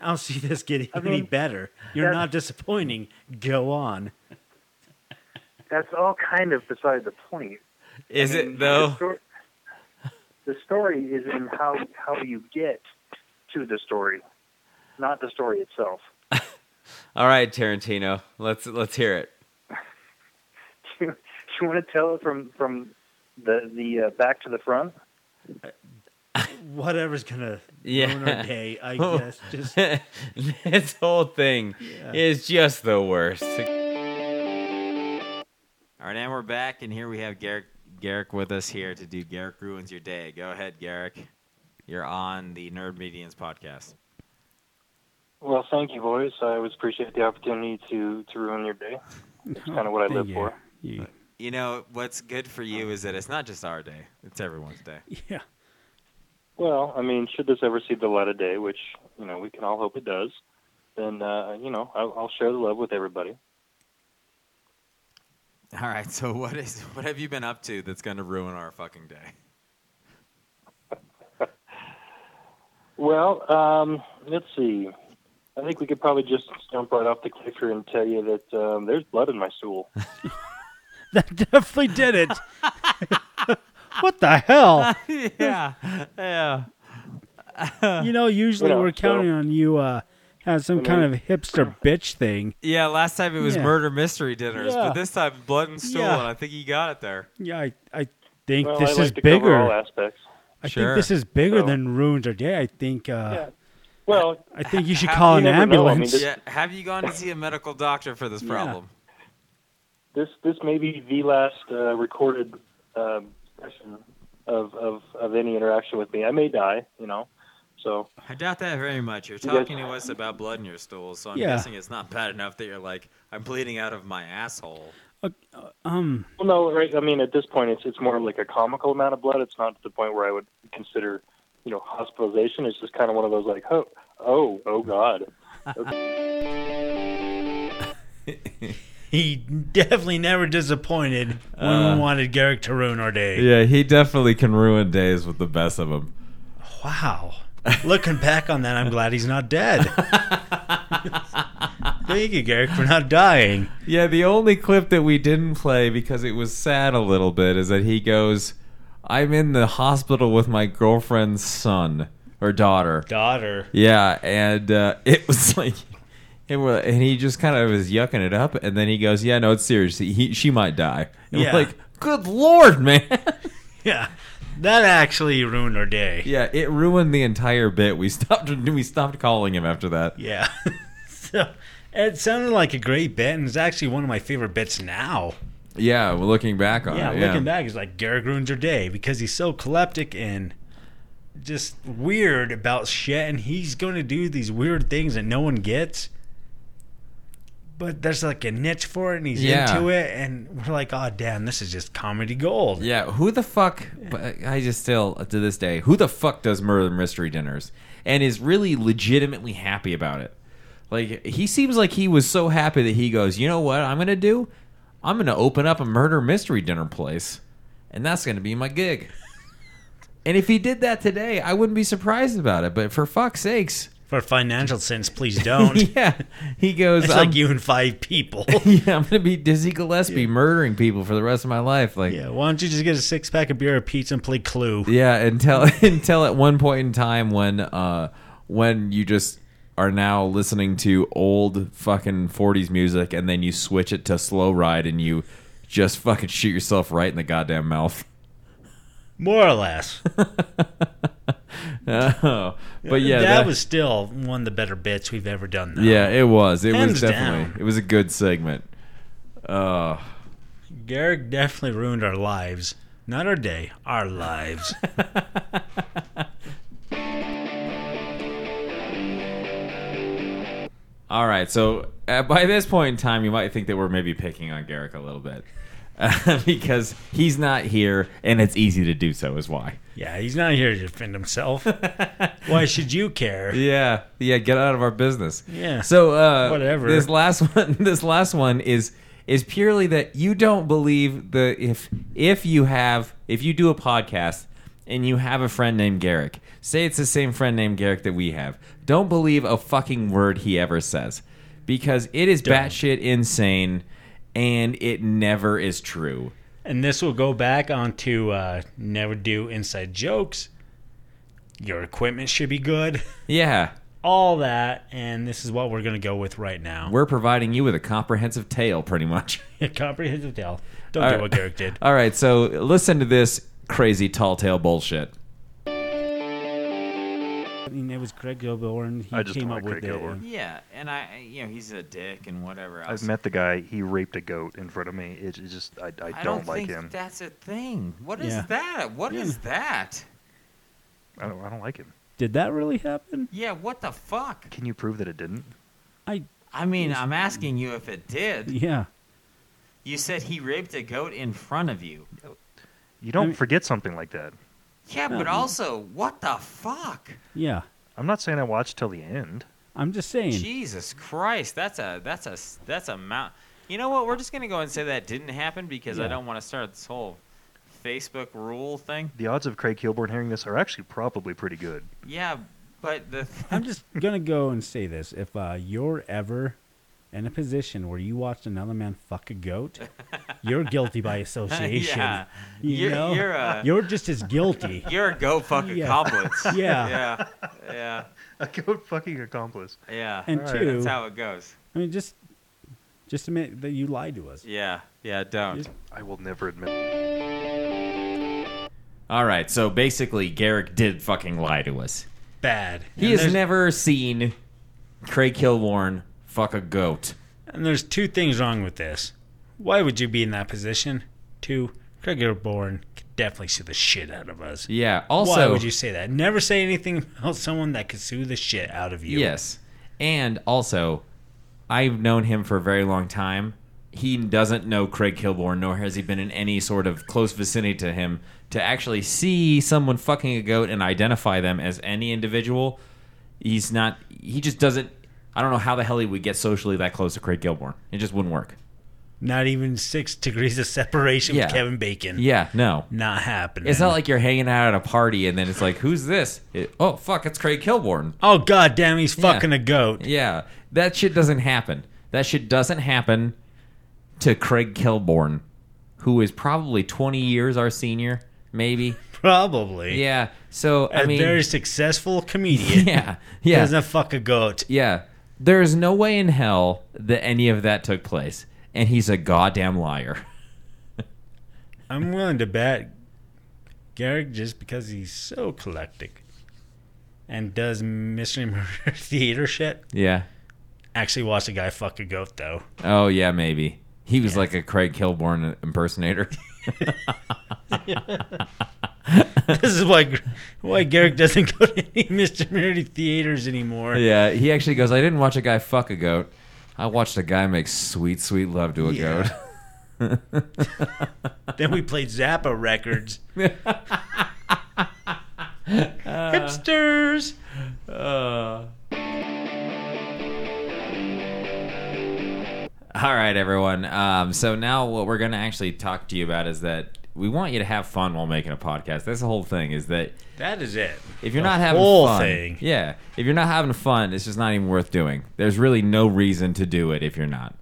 I don't see this getting any
mean,
better. You're
that's-
not disappointing. Go on.
That's all kind of beside the point.
Is
I mean,
it though?
The story, the story is in how how you get to the story, not the story itself.
All right, Tarantino, let's let's hear it.
Do you, do you want to tell it from from the the uh, back to the front?
Whatever's going to
Yeah.
ruin our day, I
Oh.
guess. Just
this whole thing
Yeah.
is just the worst. All right, now we're back, and here we have Garrick Garrick with us here to do Garrick Ruins Your Day. Go ahead, Garrick. You're on the Nerd Medians podcast.
Well, thank you, boys. I always appreciate the opportunity to, to ruin your day. That's kind of what I live for.
You. know, what's good for you is that it's not just our day, it's everyone's day.
Yeah. Well, I mean, should this ever see the light of day, which you know we can all hope it does, then uh, you know I'll, I'll share the love with everybody.
All right, so what is what have you been up to that's going to ruin our fucking day?
Well, um, let's see. I think we could probably just jump right off the clicker and tell you that um, there's blood in my stool.
That definitely did it. what the hell?
yeah, yeah.
You know, usually
Yeah,
we're counting
so-
on you uh, having some
I
kind
mean-
of hipster bitch thing.
Yeah, last time it was
Yeah.
murder mystery dinners,
Yeah.
but this time blood and stool,
Yeah.
and I think you got it there.
Yeah, I, I think
Well, I
this
like
is
to cover
bigger.
all aspects.
I
Sure.
think this is bigger
So-
than ruins or day. I think. Uh,
Well,
I think you should call an ambulance.
yeah, have you gone to see a medical doctor for this problem?
This this may be the last uh, recorded um, session of, of of any interaction with me. I may die, you know. So
I doubt that very much. You're
You guys-
talking to us about blood in your stool, so I'm
Yeah.
guessing it's not bad enough that you're like, I'm bleeding out of my asshole.
Um.
Well, no, right. I mean, at this point, it's it's more like a comical amount of blood. It's not to the point where I would consider, you know, hospitalization. It's just kind of one of those like, oh, oh, oh, god.
He definitely never disappointed when
Uh,
we wanted Garrick to ruin our day.
he definitely can ruin days with the best of them.
Wow. Looking back on that, I'm glad he's not dead. Thank you, Garrick, for not dying.
Yeah, the only clip that we didn't play because it was sad a little bit is that he goes, I'm in the hospital with my girlfriend's son or daughter.
Daughter.
Yeah, and uh, it was like. It wa and he just kind of is yucking it up, and then he goes, "Yeah, no, it's serious. He, she might die." And we're
Yeah.
like, "Good lord, man!"
Yeah. That actually ruined our day.
Yeah, it ruined the entire bit. We stopped. We stopped calling him after that.
Yeah. so it sounded like a great bit, and it's actually one of my favorite bits now.
Yeah, well, looking back on
yeah,
it, yeah,
looking back, it's like Garrick ruins your day because he's so collectic and just weird about shit, and he's going to do these weird things that no one gets. But there's like a niche for it, and he's
Yeah.
into it, and we're like, oh damn, this is just comedy gold.
Yeah, who the fuck? But I just still to this day, who the fuck does murder mystery dinners and is really legitimately happy about it? Like he seems like he was so happy that he goes, you know what I'm gonna do? I'm gonna open up a murder mystery dinner place, and that's gonna be my gig. and if he did that today, I wouldn't be surprised about it. But for fuck's sakes,
For financial sense, please don't.
yeah, he goes.
It's
"I'm-
like you and five people.
yeah, I'm gonna be Dizzy Gillespie murdering people for the rest of my life. Like, yeah,
Why don't you just get a six pack of beer, a pizza, and play Clue?
yeah, until until at one point in time when uh when you just are now listening to old fucking 40s music and then you switch it to slow ride and you just fucking shoot yourself right in the goddamn mouth.
More or less.
Oh, but yeah,
that, was still one of the better bits we've ever done. Though.
yeah, it was. It was
Hands
definitely
down.
it was a good segment. Uh
Garrick definitely ruined our lives. Not our day, our lives.
All right, so uh, by this point in time, you might think that we're maybe picking on Garrick a little bit because he's not here, and it's easy to do so, is why.
yeah, he's not here to defend himself. Why should you care?
Yeah, yeah, get out of our business.
Yeah.
So uh,
Whatever.
This last one, this last one is is purely that you don't believe the if if you have if you do a podcast and you have a friend named Garrick, say it's the same friend named Garrick that we have. Don't believe a fucking word he ever says because it is
Don't.
batshit insane and it never is true.
And this will go back onto uh, never do inside jokes. Your equipment should be good.
Yeah.
All that, and this is what we're going to go with right now.
We're providing you with a comprehensive tale pretty much.
A comprehensive tale. Don't
All
do
right.
what Garrick did.
All right, so listen to this crazy tall tale bullshit.
I mean, it
was Craig Gilborn. He
I just
came
don't
up
like
with
Craig
it.
Gilborn.
Yeah, and I, you know, he's a dick and whatever else.
I've met the guy. He raped a goat in front of me. It, it just I, I,
I
don't, like
think
him.
That's a thing. What is
Yeah.
that? What is
Yeah.
that?
I don't I don't like him.
Did that really happen?
Yeah, what the fuck?
Can you prove that it didn't?
I
I mean, I'm asking you if it did.
Yeah.
You said he raped a goat in front of you.
You don't forget something like that.
Yeah,
No.
but also, what the fuck?
Yeah.
I'm not saying I watched till the end.
I'm just saying.
Jesus Christ, that's a that's a s- that's a mount. You know what? We're just gonna go and say that didn't happen because I
Yeah.
don't want to start this whole Facebook rule thing.
The odds of Craig Kilborn hearing this are actually probably pretty good.
Yeah, but the
I'm just gonna go and say this: if uh, you're ever in a position where you watched another man fuck a goat, you're guilty by association.
Yeah.
You
You're-
know?
you're a-
You're just as guilty.
you're a goat fucking
Yeah.
accomplice.
Yeah.
yeah, yeah,
A goat fucking accomplice.
yeah.
And
Alright.
two,
that's how it goes.
I mean, just just admit that you lied to us.
Yeah, yeah. Don't.
I will never admit.
All right, so basically, Garrick did fucking lie to us.
Bad.
He
And
has
there's-
never seen Craig Kilborn fuck a goat.
And there's two things wrong with this. Why would you be in that position? Two, Craig Airborne could definitely sue the shit out of us.
Yeah.
Why
Also,
would you say that? Never say anything about someone that could sue the shit out of you.
Yes. And also, I've known him for a very long time. He doesn't know Craig Kilborn, nor has he been in any sort of close vicinity to him to actually see someone fucking a goat and identify them as any individual. He's not, he just doesn't. I don't know how the hell he would get socially that close to Craig Kilborn. It just wouldn't work.
Not even six degrees of separation
Yeah.
with Kevin Bacon.
Yeah, no.
Not happening.
It's not like you're hanging out at a party and then it's like, who's this? It- oh, fuck, it's Craig Kilborn.
Oh god damn, he's fucking a goat.
Yeah, that shit doesn't happen. That shit doesn't happen to Craig Kilborn, who is probably 20 years our senior, maybe.
Probably.
Yeah. So I
a
mean,
very successful comedian.
Yeah, yeah.
Doesn't fuck a goat.
yeah, there's no way in hell that any of that took place, and he's a goddamn liar.
I'm willing to bet Garrick just because he's so collectic and does mystery murder theater shit.
Yeah.
Actually watched a guy fuck a goat though.
Oh yeah, maybe he was like a Craig Kilborn impersonator.
this is why why Garrick doesn't go to any mystery murder theaters anymore.
Yeah, he actually goes, I didn't watch a guy fuck a goat. I watched a guy make sweet, sweet love to a
Yeah.
goat.
Then we played Zappa records.
Uh,
Hipsters. Uh,
All right, everyone. Um, so now what we're going to actually talk to you about is that we want you to have fun while making a podcast. That's the whole thing is that
That is it.
if you're
The
not having
whole
fun,
thing.
yeah, if you're not having fun, it's just not even worth doing. There's really no reason to do it if you're not.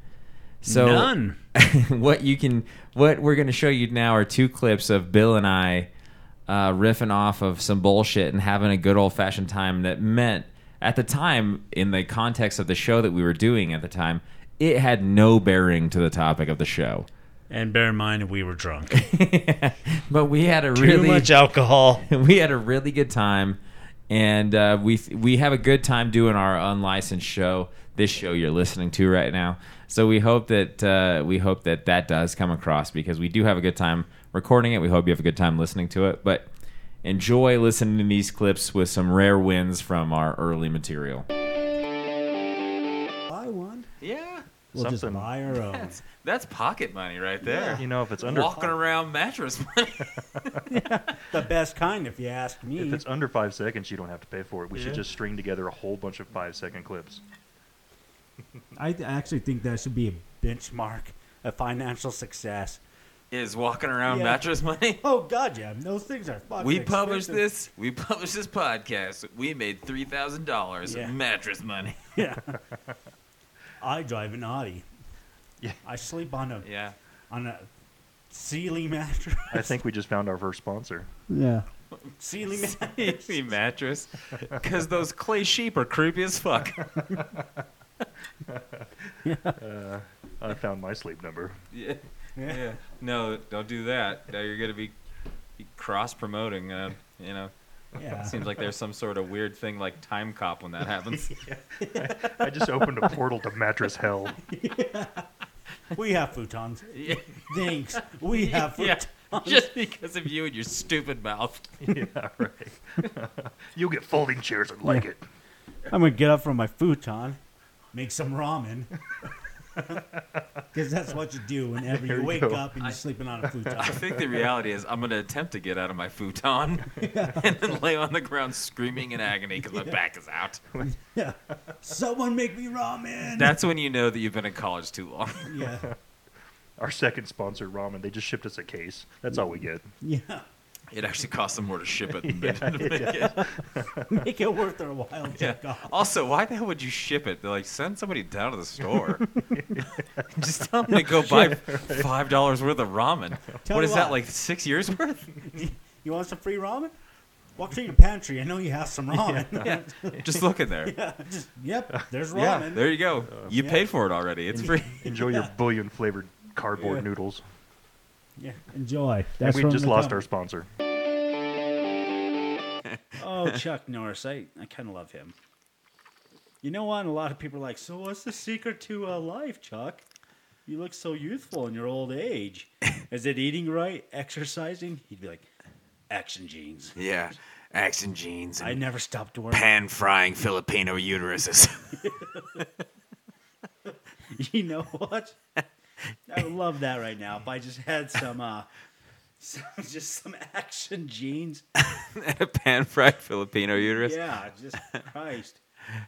So
None.
what you can, what we're going to show you now are two clips of Bill and I uh, riffing off of some bullshit and having a good old fashioned time that meant at the time in the context of the show that we were doing at the time, it had no bearing to the topic of the show.
And bear in mind we were drunk.
But we had a
Too
really
much alcohol.
We had a really good time, and uh, we we have a good time doing our unlicensed show. This show you're listening to right now. So we hope that uh, we hope that that does come across because we do have a good time recording it. We hope you have a good time listening to it. But enjoy listening to these clips with some rare wins from our early material.
Buy one.
Yeah.
We'll just buy our own.
That's, that's pocket money right there.
You know, if it's under
walking around mattress money.
the best kind, if you ask me.
If it's under five seconds, you don't have to pay for it. We
Yeah.
should just string together a whole bunch of five second clips.
I th- actually think that should be a benchmark of financial success.
Is walking around
Yeah.
mattress money.
Oh God, yeah, those things are fucking.
We published
expensive.
this. We published this podcast. We made three thousand dollars
Yeah.
in mattress money.
Yeah. I drive an Audi. Yeah. I sleep on a
yeah
on a Sealy mattress.
I think we just found our first sponsor.
Yeah.
Sealy mattress.
Easy mattress. Because those clay sheep are creepy as fuck.
Uh, I found my sleep number.
yeah. yeah. No, don't do that. Now you're going to be cross promoting, uh, you know,
Yeah.
Seems like there's some sort of weird thing like time cop when that happens.
I just opened a portal to mattress hell.
We have futons. Thanks. We have
Yeah,
futons.
just because of you and your stupid mouth.
yeah, right. You'll get folding chairs and like it.
I'm gonna get up from my futon, make some ramen, because that's what you do whenever
There
you
you
wake
go.
up and you're sleeping on a futon.
I think the reality is I'm going to attempt to get out of my futon and then lay on the ground screaming in agony because my back is out.
Yeah. Someone make me ramen.
That's when you know that you've been in college too long.
Yeah.
Our second sponsor, ramen, they just shipped us a case. That's all we get.
Yeah.
It actually costs them more to ship it than
Yeah,
to
it
make it.
Make it worth their while to
Yeah.
take off.
Also, why the hell would you ship it? They're like, send somebody down to the store. Just tell them to go buy five dollars worth of ramen.
Tell
what
you
is that
what.
like six years worth?
You want some free ramen? Walk to your pantry. I know you have some ramen.
Yeah. Just look in there.
Yeah, Uh, just, yep. There's ramen.
Yeah, there you go. You paid for it already. It's free.
Enjoy your bouillon flavored cardboard
Yeah.
noodles.
Yeah. Enjoy.
And
That's
we
from
just
the
lost
company.
our sponsor.
oh, Chuck Norris. I, I kind of love him. You know what? A lot of people are like, so what's the secret to uh, life, Chuck? You look so youthful in your old age. Is it eating right? Exercising? He'd be like, action genes.
Yeah, action jeans.
I never stopped working.
Pan frying Filipino uteruses.
you know what? I would love that right now if I just had some, uh, some just some action genes.
a pan fried Filipino uterus.
Yeah, just Christ.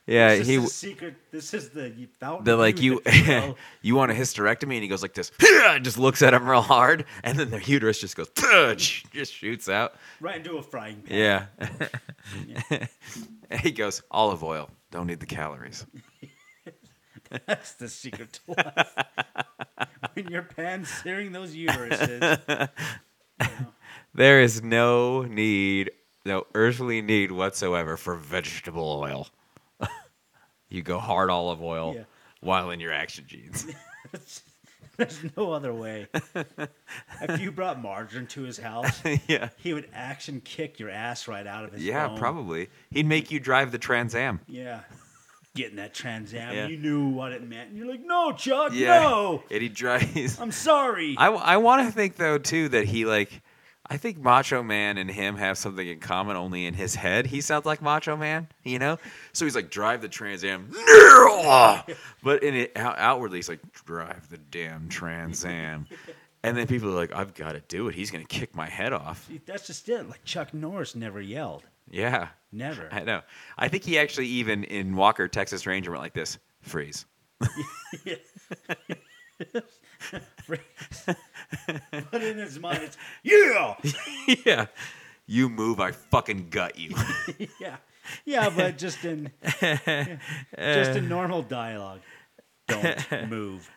Yeah,
this
Uh, he
is
w-
the secret. This is the fountain.
They're like
of
you,
youth, if you will.
you want a hysterectomy, and he goes like this, and just looks at him real hard, and then the uterus just goes, just shoots out.
right into a frying pan.
Yeah. And he goes olive oil. Don't need the calories.
That's the secret to life. when you're pan searing those uteruses,
There is no need, no earthly need whatsoever for vegetable oil. you go hard olive oil
Yeah.
while in your action jeans.
there's no other way. if you brought margarine to his house,
yeah.
he would action kick your ass right out of his.
yeah,
phone.
probably. He'd make you drive the Trans Am.
Yeah. Getting that Trans Am,
Yeah.
you knew what it meant. And you're like, no, Chuck,
Yeah.
no.
And he'd drive.
I'm sorry.
I, I want to think though too that he like I think Macho Man and him have something in common only in his head. He sounds like Macho Man, you know? So he's like drive the Trans Am. "No!" but in it out- outwardly he's like drive the damn Trans Am. And then people are like I've got to do it. He's going to kick my head off.
That's just it. Like Chuck Norris never yelled.
Yeah.
Never.
I know. I think he actually even in Walker Texas Ranger went like this. Freeze.
but in his mind, it's yeah,
yeah. You move, I fucking gut you.
yeah, yeah. But just in just in normal dialogue, don't move.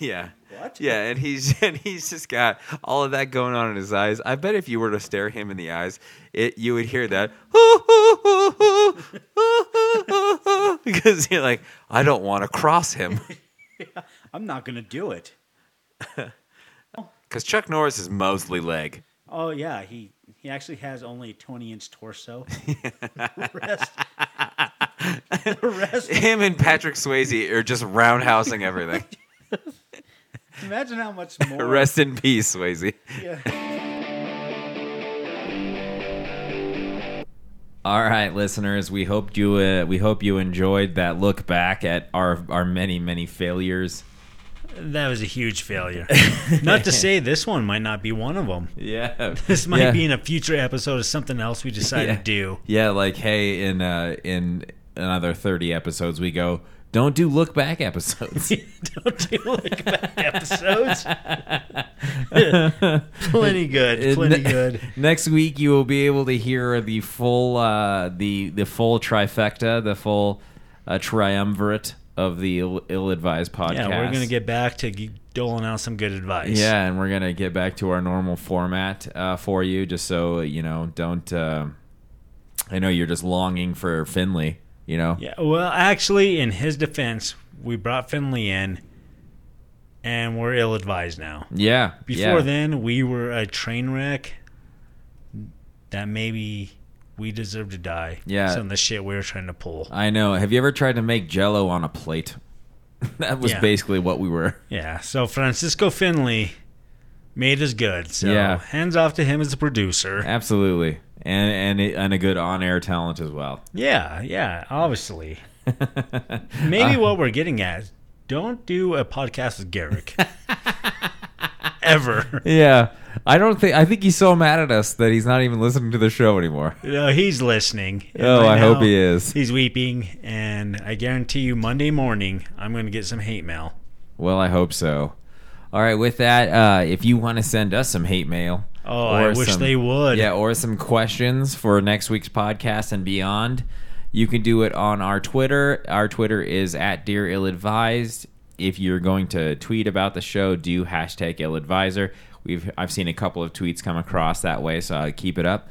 Yeah.
What?
Yeah, and he's and he's just got all of that going on in his eyes. I bet if you were to stare him in the eyes, it you would hear that because you're like, I don't want to cross him
I'm not gonna do it.
because Chuck Norris is mostly leg.
Oh yeah, he he actually has only a 20 inch torso. the rest, the rest.
Him and Patrick Swayze are just roundhousing everything.
Imagine how much more.
Rest in peace, Swayze.
All right,
listeners, we hope you uh, we hope you enjoyed that look back at our our many many failures.
That was a huge failure. not to say this one might not be one of them.
Yeah.
This might
Yeah.
be in a future episode of something else we decide
yeah.
to do.
Yeah, like hey, in uh, in another thirty episodes, we go don't do look back episodes.
Don't do look back episodes.
plenty
good, plenty good.
Next week, you will be able to hear the full uh, the the full trifecta, the full uh, triumvirate of the Ill- ill-advised podcast.
Yeah, we're gonna get back to g- doling out some good advice.
Yeah, and we're gonna get back to our normal format uh, for you, just so you know. Don't. Uh, I know you're just longing for Finley. You know.
Yeah, well, actually, in his defense, we brought Finley in, and we're ill advised now.
Yeah.
Before
yeah.
then, we were a train wreck that maybe
we deserve to die.
Yeah.
Some of the shit we were trying to pull.
I know. Have you ever tried to make jello on a plate? that was
Yeah.
basically what we were.
Yeah. So Francisco Finley made us good. So
Yeah.
hands off to him as a producer.
Absolutely. And and and a good on-air talent as well.
Yeah, yeah, obviously.
Uh,
Maybe what we're getting at is don't do a podcast with Garrick. Ever.
Yeah. I don't think I think he's so mad at us that he's not even listening to the show anymore.
No, he's listening. And
Oh, I hope
now,
he is.
He's weeping, and I guarantee you, Monday morning, I'm going to get some hate mail.
Well, I hope so. All right, with that, uh, if you want to send us some hate mail,
Oh, I wish they would.
Yeah, or some questions for next week's podcast and beyond, you can do it on our Twitter. Our Twitter is at Dear Ill Advised. If you're going to tweet about the show, do hashtag Ill Advisor. We've I've seen a couple of tweets come across that way, so i keep it up.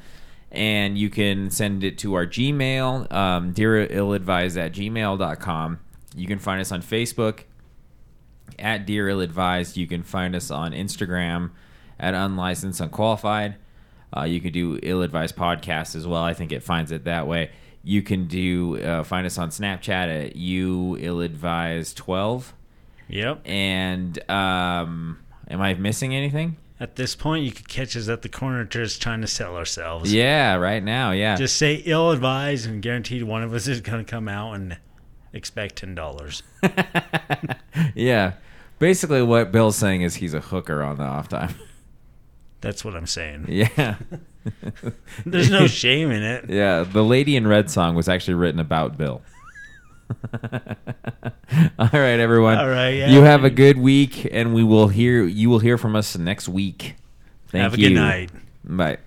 And you can send it to our Gmail, um, dearilladvised at gmail.com. You can find us on Facebook at Dear Ill Advised. You can find us on Instagram at Unlicensed Unqualified. Uh, you can do Ill Advised Podcast as well. I think it finds it that way. You can do uh, find us on Snapchat at you ill advised twelve.
Yep.
And um, am I missing anything?
At this point, you could catch us at the corner just trying to sell ourselves.
Yeah, right now. Yeah.
Just say ill advised, and guaranteed one of us is going to come out and expect $10.
yeah. Basically, what Bill's saying is he's a hooker on the off time.
That's what I'm saying.
Yeah.
There's no shame in it.
Yeah, the Lady in Red song was actually written about Bill. All right, everyone.
All right, yeah.
You have a good week, and we will hear. You will hear from us next week. Thank
Have a
you.
good night.
Bye.